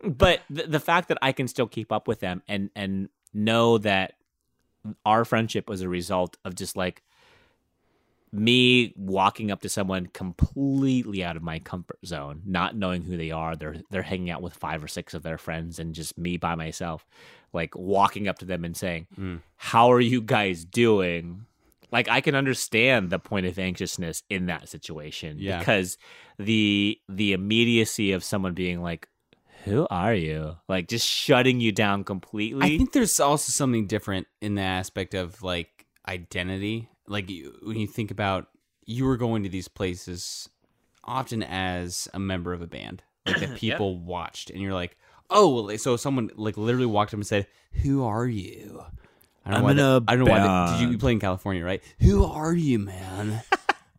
B: but the, the fact that i can still keep up with them and and know that our friendship was a result of just like me walking up to someone completely out of my comfort zone, not knowing who they are. They're they're hanging out with five or six of their friends and just me by myself, like walking up to them and saying,
A: Mm.
B: "How are you guys doing?" Like I can understand the point of anxiousness in that situation
A: Yeah.
B: because the the immediacy of someone being like, "Who are you?" like just shutting you down completely.
A: I think there's also something different in the aspect of like identity. Like you, when you think about you were going to these places often as a member of a band, like that people watched, and you're like, oh, well, like, so someone like literally walked up and said, "Who are you?" I don't know
B: I'm
A: why.
B: in
A: that-
B: a
A: I don't know why. that- Did you,
B: band.
A: you play in California, right? Who are you, man?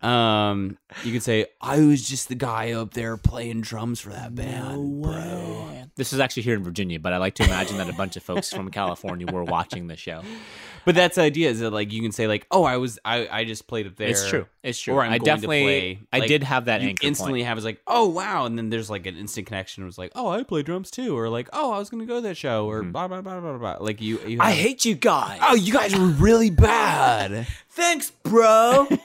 A: um, you could say I was just the guy up there playing drums for that band, bro.
B: This is actually here in Virginia, but I like to imagine that a bunch of folks from California were watching the show.
A: But that's the idea is that like you can say like, oh, I was I, I just played up there.
B: It's true. It's true.
A: Or I'm
B: I
A: going to
B: definitely
A: play,
B: I
A: like,
B: did have that
A: You
B: anchor
A: instantly
B: point.
A: have is like, oh wow, and then there's like an instant connection. It was like, oh, I play drums too, or like, oh, I was gonna go to that show, or
B: Mm-hmm.
A: blah blah blah blah blah. Like you, you have-
B: hate you guys.
A: Oh, you guys were really bad.
B: thanks, bro.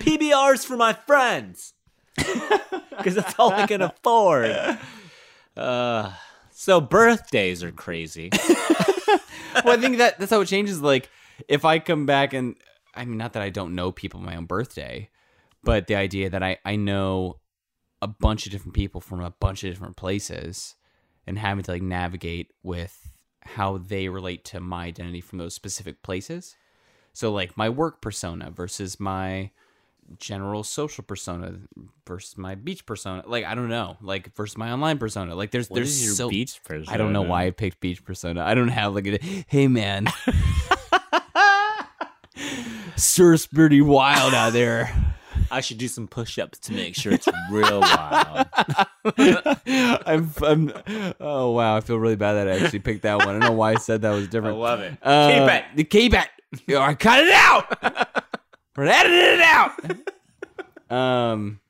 B: PBRs for my friends. Cuz that's all I can afford. Uh so birthdays are crazy.
A: well, I think that that's how it changes. Like, if I come back and I mean, not that I don't know people on my own birthday, but the idea that I I know a bunch of different people from a bunch of different places and having to like navigate with how they relate to my identity from those specific places. So like my work persona versus my general social persona versus my beach persona. Like I don't know. Like versus my online persona. Like there's
B: What
A: there's
B: is your
A: so
B: beach persona?
A: I don't know why I picked Beach Persona. I don't have like a hey man. Sir's pretty wild out there.
B: I should do some push-ups to make sure it's real wild.
A: I'm, I'm oh wow, I feel really bad that I actually picked that one. I don't know why I said that was different.
B: it.
A: Uh, Keep it. Keep it. I cut it out. We're editing it out. um,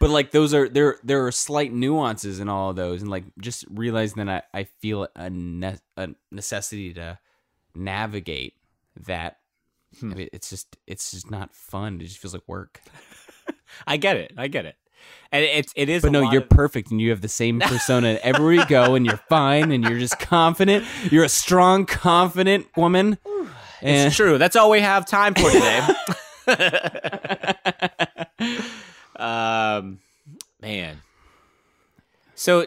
A: but like those are there. There are slight nuances in all of those, and like just realizing that I I feel a ne- a necessity to navigate that.
B: Hmm.
A: I mean, it's just it's just not fun. It just feels like work.
B: I get it. I get it. And it's it is
A: But
B: a
A: no,
B: lot
A: you're
B: of-
A: perfect, and you have the same persona everywhere you go, and you're fine, and you're just confident. You're a strong, confident woman. And
B: It's true. That's all we have time for today. um, man. So. uh,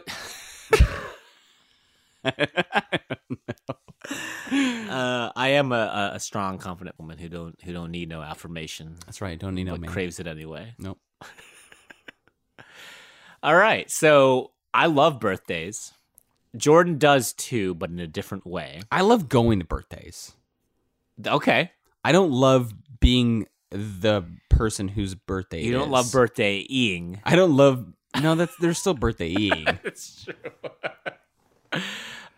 B: I am a, a- a strong, confident woman who don't who don't need no affirmation,
A: that's right. Don't need no
B: but
A: man.
B: craves it anyway.
A: Nope.
B: All right. So I love birthdays. Jordan does too, but in a different way.
A: I love going to birthdays.
B: Okay.
A: I don't love being the person whose birthday.
B: You
A: it
B: don't love
A: is.
B: birthday eating.
A: I don't love. No, that's there's still birthday eating.
B: That's true.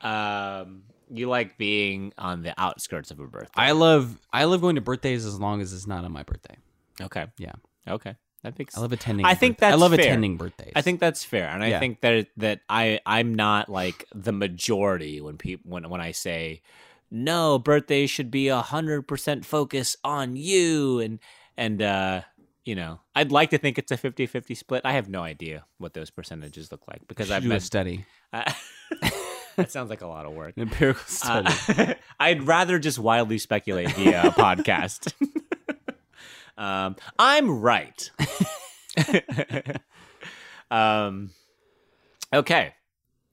B: um, you like being on the outskirts of a birthday.
A: I love I love going to birthdays as long as it's not on my birthday.
B: okay.
A: Yeah.
B: Okay. That makes
A: I love attending.
B: I think
A: birthday- I
B: that's
A: love
B: fair.
A: attending birthdays.
B: I think that's fair, and I
A: Yeah.
B: think that that I I'm not like the majority when people when when I say no birthdays should be a hundred percent focus on you and and uh you know I'd like to think it's a 50-50 split. I have no idea what those percentages look like because
A: Should
B: I've
A: do a
B: met,
A: study,
B: I- that sounds like a lot of work.
A: an empirical
B: Uh,
A: study.
B: I'd rather just wildly speculate via a podcast. um, I'm right. um, okay.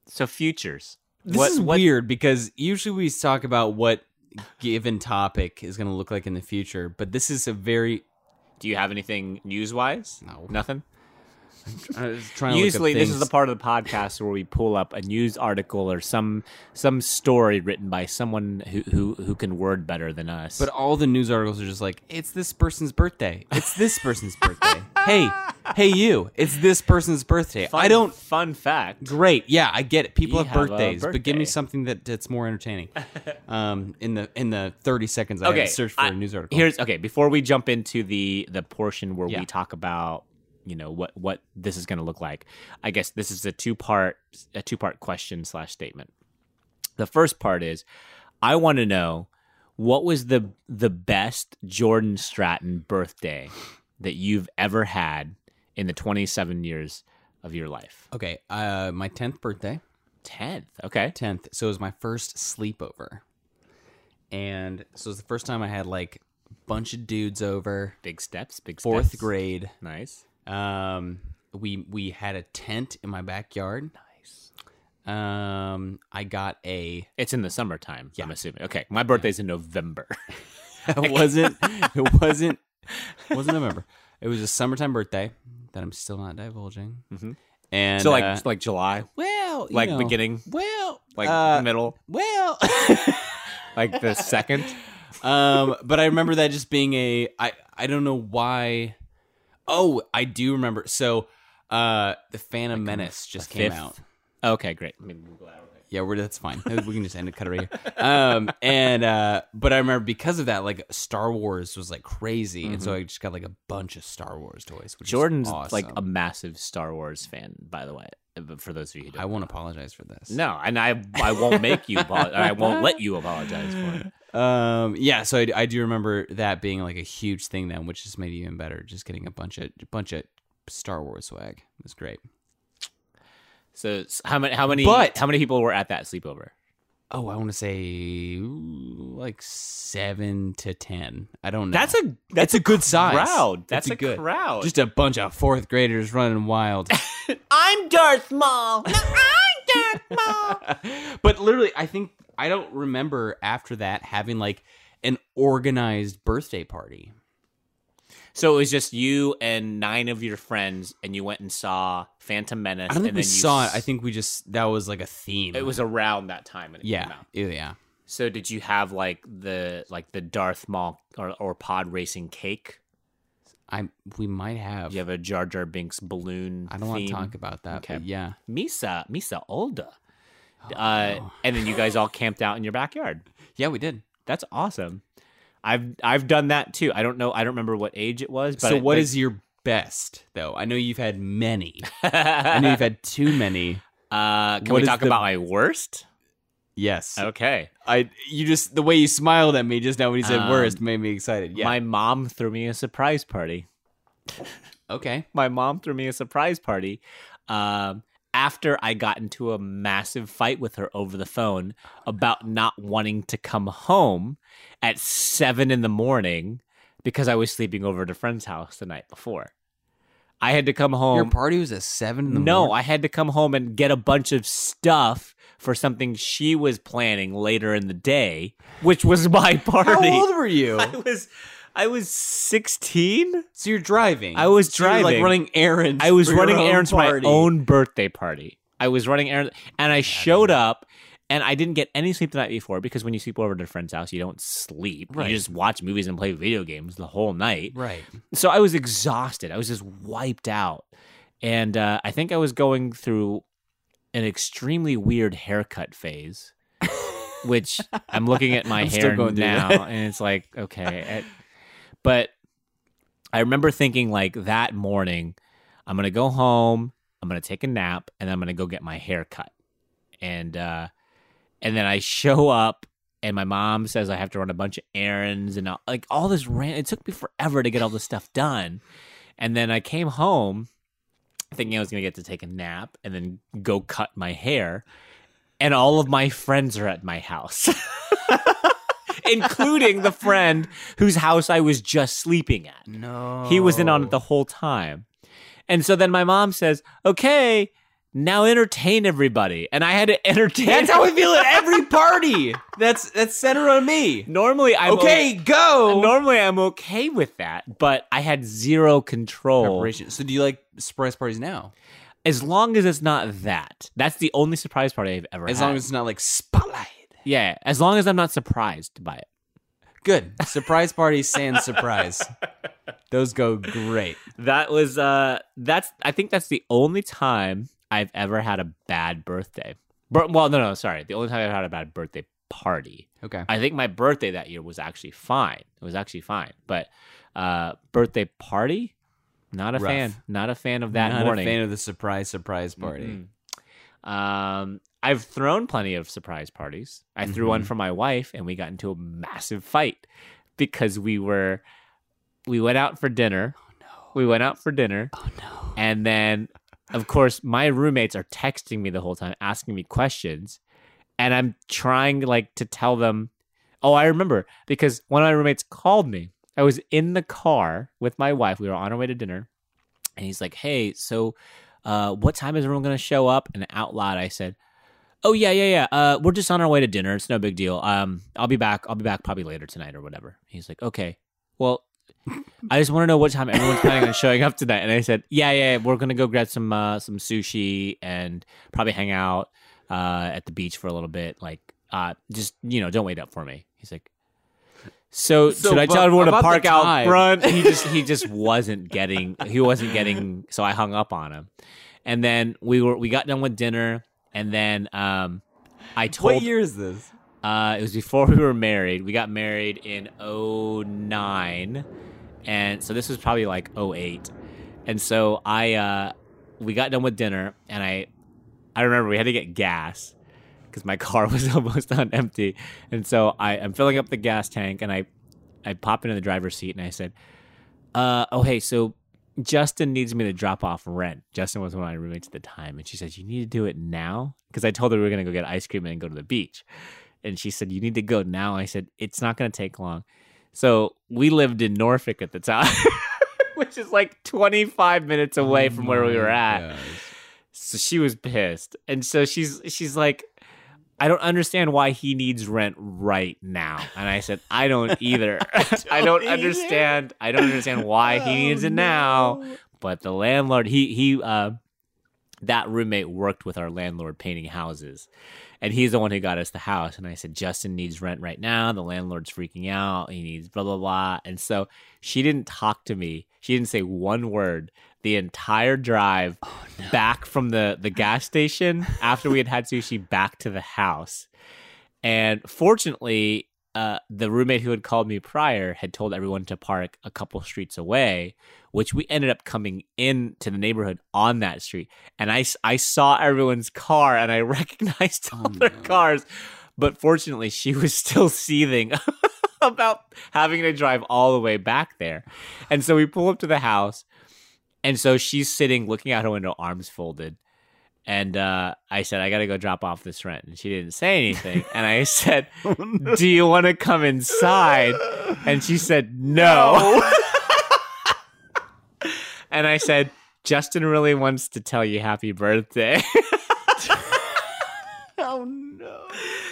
B: So futures.
A: this
B: What-
A: is
B: what-
A: weird because usually we talk about what given topic is going to look like in the future, but this is a very.
B: Do you have anything news wise?
A: No.
B: Nothing?
A: I was trying to look up
B: Usually this is
A: things.
B: the part of the podcast where we pull up a news article or some some story written by someone who who, who can word better than us.
A: But all the news articles are just like, it's this person's birthday. It's this person's birthday. hey, hey, you. It's this person's birthday.
B: Fun-
A: I don't.
B: fun fact.
A: Great. Yeah, I get it. People
B: You
A: have
B: have a
A: birthdays, but give me
B: birthday.
A: something that, that's more entertaining. um, in the in the thirty seconds, I
B: okay,
A: had to search for
B: I-
A: a news article.
B: Here's okay. Before we jump into the the portion where
A: Yeah.
B: we talk about you know what what this is going to look like, I guess this is a two part a two part question slash statement. The first part is, I want to know what was the the best Jordan Stratton birthday that you've ever had in the 27 years of your life.
A: okay, uh, my tenth birthday.
B: 10th. Okay.
A: 10th. So it was my first sleepover. And so it was the first time I had like a bunch of dudes over,
B: Big steps, big steps.
A: fourth grade.
B: Nice.
A: Um, we we had a tent in my backyard. Nice. Um, I got a
B: It's in the summertime, I'm assuming. Okay. My birthday's in November.
A: it wasn't it wasn't it wasn't November. It was a summertime birthday that I'm still not divulging.
B: Mhm.
A: And
B: so like
A: uh,
B: like July,
A: well, you
B: like
A: know,
B: beginning,
A: well,
B: like
A: uh,
B: middle,
A: well.
B: like the second.
A: um, but I remember that just being a I I don't know why. Oh, I do remember. So, uh, the Phantom Menace just came
B: fifth?
A: out.
B: Okay, great. Let me Google that real quick.
A: Yeah, we're, that's fine. we can just end it, cut it right here. Um, and uh, but I remember because of that, like Star Wars was like crazy, and so I just got like a bunch of Star Wars toys. Which is
B: Mm-hmm. Jordan's
A: awesome.
B: like a massive Star Wars fan, by the way. uh, For those of you who don't,
A: I won't apologize for this.
B: no, and I I won't make you apologize. I won't let you apologize for it.
A: Um. Yeah. So I, I do remember that being like a huge thing then, which just made it even better. Just getting a bunch of bunch of Star Wars swag it was great.
B: So s- how many how many
A: But-
B: how many people were at that sleepover?
A: oh, I want to say ooh, like seven to ten. I don't know.
B: That's a
A: that's a good size.
B: crowd.
A: It's
B: That's a,
A: good
B: crowd.
A: Just a bunch of fourth graders running wild.
B: I'm Darth Maul. No, I'm Darth Maul.
A: but literally, I think I don't remember after that having like an organized birthday party.
B: So it was just you and nine of your friends, and you went and saw Phantom Menace.
A: I don't
B: and
A: think we
B: then you
A: saw
B: s-
A: it. I think we just that was like a theme.
B: it was around that time. When it Came
A: yeah,
B: out.
A: yeah, yeah.
B: So did you have like the like the Darth Maul or, or pod racing cake?
A: I we might have.
B: Do you have a Jar Jar Binks balloon?
A: I don't want
B: theme?
A: to talk about that.
B: Okay.
A: But yeah.
B: Misa Misa Olda.
A: Oh,
B: uh, And then you guys all camped out in your backyard.
A: Yeah, we did.
B: That's awesome. I've I've done that too. I don't know. I don't remember what age it was. But
A: so
B: it-
A: what
B: like-
A: is your best though? I know you've had many. I know you've had too many.
B: uh, can
A: what
B: we
A: is
B: talk
A: the-
B: about my worst?
A: Yes.
B: Okay.
A: I you just the way you smiled at me just now when you said
B: Um,
A: worst made me excited. Yeah.
B: My mom threw me a surprise party.
A: okay.
B: My mom threw me a surprise party um, after I got into a massive fight with her over the phone about not wanting to come home at seven in the morning because I was sleeping over at a friend's house the night before. I had to come home.
A: Your party was at seven in the
B: no,
A: morning.
B: I had to come home and get a bunch of stuff for something she was planning later in the day, which was my party.
A: How old were you?
B: I was I was 16.
A: So you're driving.
B: I was
A: So you're,
B: driving.
A: like running errands.
B: I was
A: for your
B: running
A: own
B: errands for
A: party.
B: my own birthday party. I was running errands, and I showed up, and I didn't get any sleep the night before because when you sleep over at a friend's house, you don't sleep.
A: Right.
B: You just watch movies and play video games the whole night.
A: Right.
B: So I was exhausted. I was just wiped out, and uh, I think I was going through an extremely weird haircut phase. which I'm looking at my
A: I'm still
B: hair
A: going through
B: now,
A: that.
B: and it's like okay, it- but I remember thinking like that morning, I'm gonna go home, I'm gonna take a nap, and I'm gonna go get my hair cut. And uh and then I show up and my mom says I have to run a bunch of errands and all, like all this ran it took me forever to get all this stuff done. And then I came home thinking I was gonna get to take a nap and then go cut my hair. And all of my friends are at my house. Including the friend whose house I was just sleeping at.
A: No.
B: He was in on it the whole time. And so then my mom says, okay, now entertain everybody. And I had to entertain.
A: That's how we feel at every party. That's that's centered on me.
B: normally I'm
A: okay,
B: o-
A: go.
B: normally I'm okay with that, but I had zero control.
A: Preparation. So do you like surprise parties now?
B: As long as it's not that, that's the only surprise party I've ever
A: As
B: had.
A: long as it's not like spotlight.
B: yeah, as long as I'm not surprised by it.
A: Good. Surprise parties sans surprise. Those go great.
B: That was uh, that's I think that's the only time I've ever had a bad birthday. Bir- well, no, no, sorry, the only time I've had a bad birthday party.
A: Okay.
B: I think my birthday that year was actually fine. It was actually fine, but uh, birthday party, not a
A: Rough.
B: fan. Not a fan of that
A: Not
B: morning.
A: a fan of the surprise surprise party.
B: Mm-mm. Um, I've thrown plenty of surprise parties. I threw one
A: Mhm.
B: for my wife, and we got into a massive fight because we were we went out for dinner. We went out for dinner.
A: Oh no.
B: And then, of course, my roommates are texting me the whole time, asking me questions, and I'm trying like to tell them, "Oh, I remember," because one of my roommates called me. I was in the car with my wife. We were on our way to dinner, and he's like, "Hey, so, uh, what time is everyone going to show up?" And out loud, I said. Oh yeah, yeah, yeah. Uh, we're just on our way to dinner. It's no big deal. Um, I'll be back. I'll be back probably later tonight or whatever. He's like, okay. Well, I just want to know what time everyone's planning on showing up tonight. And I said, yeah, yeah, yeah, we're gonna go grab some uh, some sushi and probably hang out uh, at the beach for a little bit. Like, uh, just you know, don't wait up for me. He's like, so,
A: So,
B: should I
A: but
B: tell everyone to
A: about the
B: park out
A: time."
B: front? He just he just wasn't getting he wasn't getting. So I hung up on him. And then we were we got done with dinner, and then um, I told
A: What year is this?
B: uh, it was before we were married. We got married in 09. And so this was probably like 08. And so I uh, we got done with dinner and I I remember we had to get gas cuz my car was almost on empty. And so I I'm filling up the gas tank and I I pop into the driver's seat and I said, uh, oh, hey, so Justin needs me to drop off rent. Justin was one of my roommates at the time. And she says, you need to do it now? Because I told her we were going to go get ice cream and then go to the beach. And she said, you need to go now. I said, it's not going to take long. So we lived in Norfolk at the time, which is like 25 minutes
A: Oh
B: away from where we were at. So she was pissed. And so she's she's like I don't understand why he needs rent right now. And I said, I don't either. Oh, I don't
A: either.
B: understand. I don't understand
A: Oh,
B: why he needs it now. But the landlord, he he uh that roommate worked with our landlord painting houses. And he's the one who got us the house. And I said, Justin needs rent right now. The landlord's freaking out. He needs blah, blah, blah. And so she didn't talk to me. She didn't say one word the entire drive back from the, the gas station after we had had sushi back to the house. And fortunately, uh, the roommate who had called me prior had told everyone to park a couple streets away, which we ended up coming into the neighborhood on that street. And I, s- I saw everyone's car and I recognized all their cars. But fortunately, she was still seething about having to drive all the way back there. And so we pull up to the house. And so she's sitting looking out her window, arms folded. And uh, I said, I got to go drop off this rent. And she didn't say anything. and I said, Do you want to come inside? And she said, No. and I said, Justin really wants to tell you happy birthday.
A: Oh no. Oh,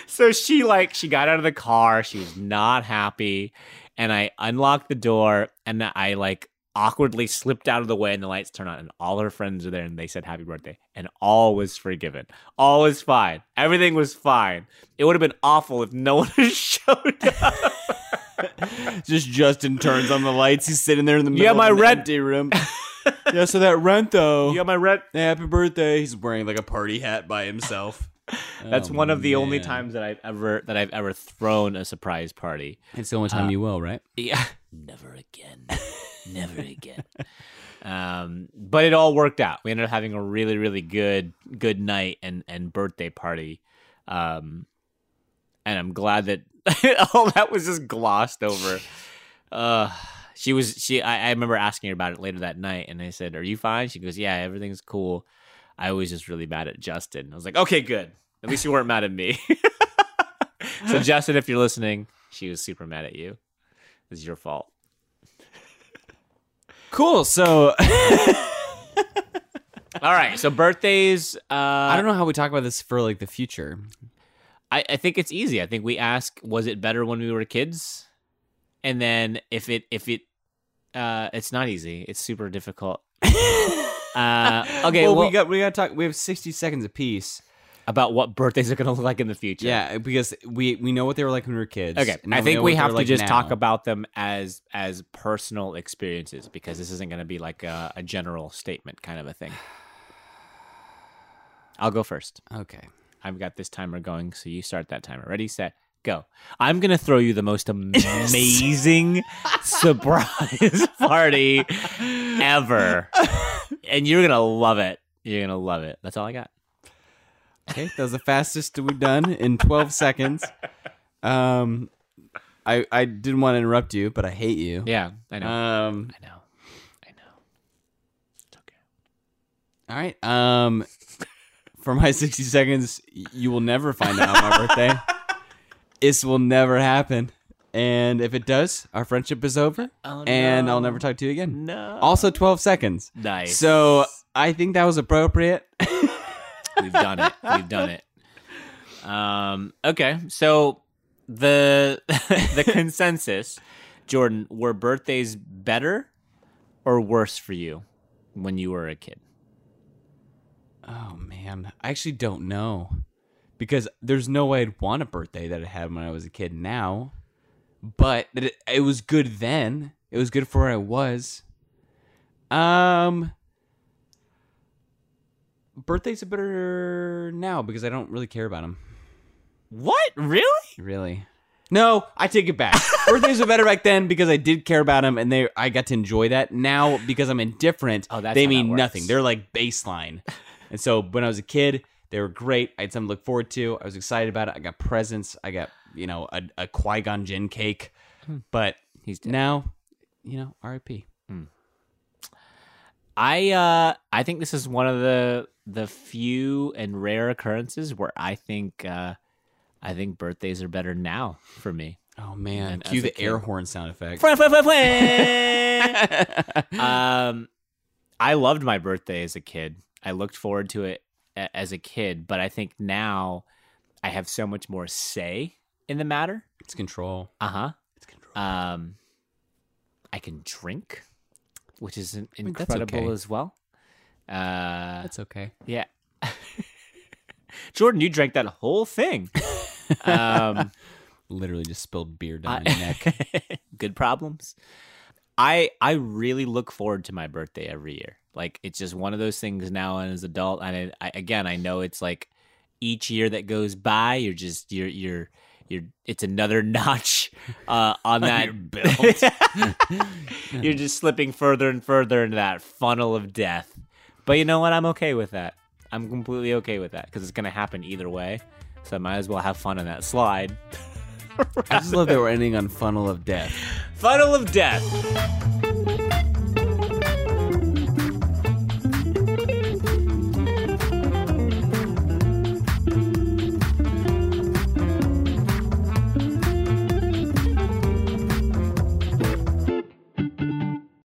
B: so she like she got out of the car she was not happy and I unlock the door and I like awkwardly slipped out of the way and the lights turn on and all her friends are there and they said happy birthday and all was forgiven. All was fine. Everything was fine. It would have been awful if no one had showed up.
A: Just Justin turns on the lights. He's sitting there in the middle
B: Yeah,
A: of
B: my
A: an
B: rent-
A: empty room. yeah, so that rent though.
B: you got my rent.
A: Happy birthday. He's wearing like a party hat by himself. Oh,
B: That's one
A: one
B: of the only times that I've ever that I've ever thrown a surprise party.
A: It's the only
B: Uh,
A: time you will, right?
B: Yeah. Never again. Never again. Um, but it all worked out. We ended up having a really, really good good night and and birthday party. Um, and I'm glad that all that was just glossed over. Uh, she was she. I, I remember asking her about it later that night, and I said, "Are you fine?" She goes, "Yeah, everything's cool." I was just really mad at Justin. I was like, "Okay, good. At least you weren't mad at me." so Justin, if you're listening, she was super mad at you. It's your fault.
A: Cool. So
B: All right. So birthdays. Uh,
A: I don't know how we talk about this for like the future.
B: I, I think it's easy. I think we ask, was it better when we were kids? And then if it if it uh it's not easy. It's super difficult. uh okay, well,
A: well, we got we got to talk. We have sixty seconds apiece.
B: about what birthdays are gonna look like in the future.
A: Yeah, because we we know what they were like when we were kids.
B: Okay.
A: and now
B: I
A: know
B: think
A: what
B: we
A: they're
B: have to
A: like
B: just talk
A: now.
B: about them as as personal experiences because this isn't gonna be like a, a general statement kind of a thing. I'll go first.
A: Okay.
B: I've got this timer going, so you start that timer. Ready, set, go. I'm gonna throw you the most amazing surprise party ever, and you're gonna love it. You're gonna love it. That's all I got.
A: Okay, that was the fastest we've done in 12 seconds. Um, I I didn't want to interrupt you, but I hate you.
B: Yeah, I know.
A: Um.
B: I know. I know. It's okay.
A: All right. Um. For my 60 seconds, y- you will never find out my birthday. This will never happen. And if it does, our friendship is over,
B: Oh,
A: and
B: no.
A: I'll never talk to you again.
B: No.
A: Also, 12 seconds.
B: nice.
A: So I think that was appropriate.
B: We've done it. We've done it. Um, okay, so the the consensus, Jordan, were birthdays better or worse for you when you were a kid?
A: Oh man, I actually don't know because there's no way I'd want a birthday that I had when I was a kid now. But it, it was good then. It was good for where I was. Um, birthdays are better now because I don't really care about them.
B: What? Really?
A: Really? No, I take it back. birthdays were better back then because I did care about them and they I got to enjoy that. Now because I'm indifferent,
B: Oh, that's
A: they
B: how that
A: mean
B: works.
A: nothing. They're like baseline. and so when I was a kid, they were great. I had something to look forward to. I was excited about it. I got presents. I got, you know, a, a Qui-Gon Jinn cake. But
B: Hmm. He's dead.
A: now, you know, RIP.
B: I uh I think this is one of the the few and rare occurrences where I think uh I think birthdays are better now for me.
A: Oh man,
B: And
A: cue
B: as a
A: the air
B: kid-
A: horn sound effect.
B: um, I loved my birthday as a kid. I looked forward to it a- as a kid, but I think now I have so much more say in the matter.
A: it's control.
B: Uh huh.
A: It's control.
B: Um, I can drink, which is in-
A: mean, that's
B: incredible
A: okay.
B: as well. Uh,
A: That's okay.
B: yeah. Jordan, you drank that whole thing. Um,
A: Literally just spilled beer down
B: I-
A: your neck.
B: Good problems. I I really look forward to my birthday every year. Like it's just one of those things now and as an adult and I, I again I know it's like each year that goes by you're just you're you're you're it's another notch uh on that
A: your belt.
B: you're just slipping further and further into that funnel of death. But you know what? I'm okay with that. I'm completely okay with that because it's gonna happen either way. So I might as well have fun on that slide.
A: I just love that we're ending on funnel of death.
B: Funnel of death.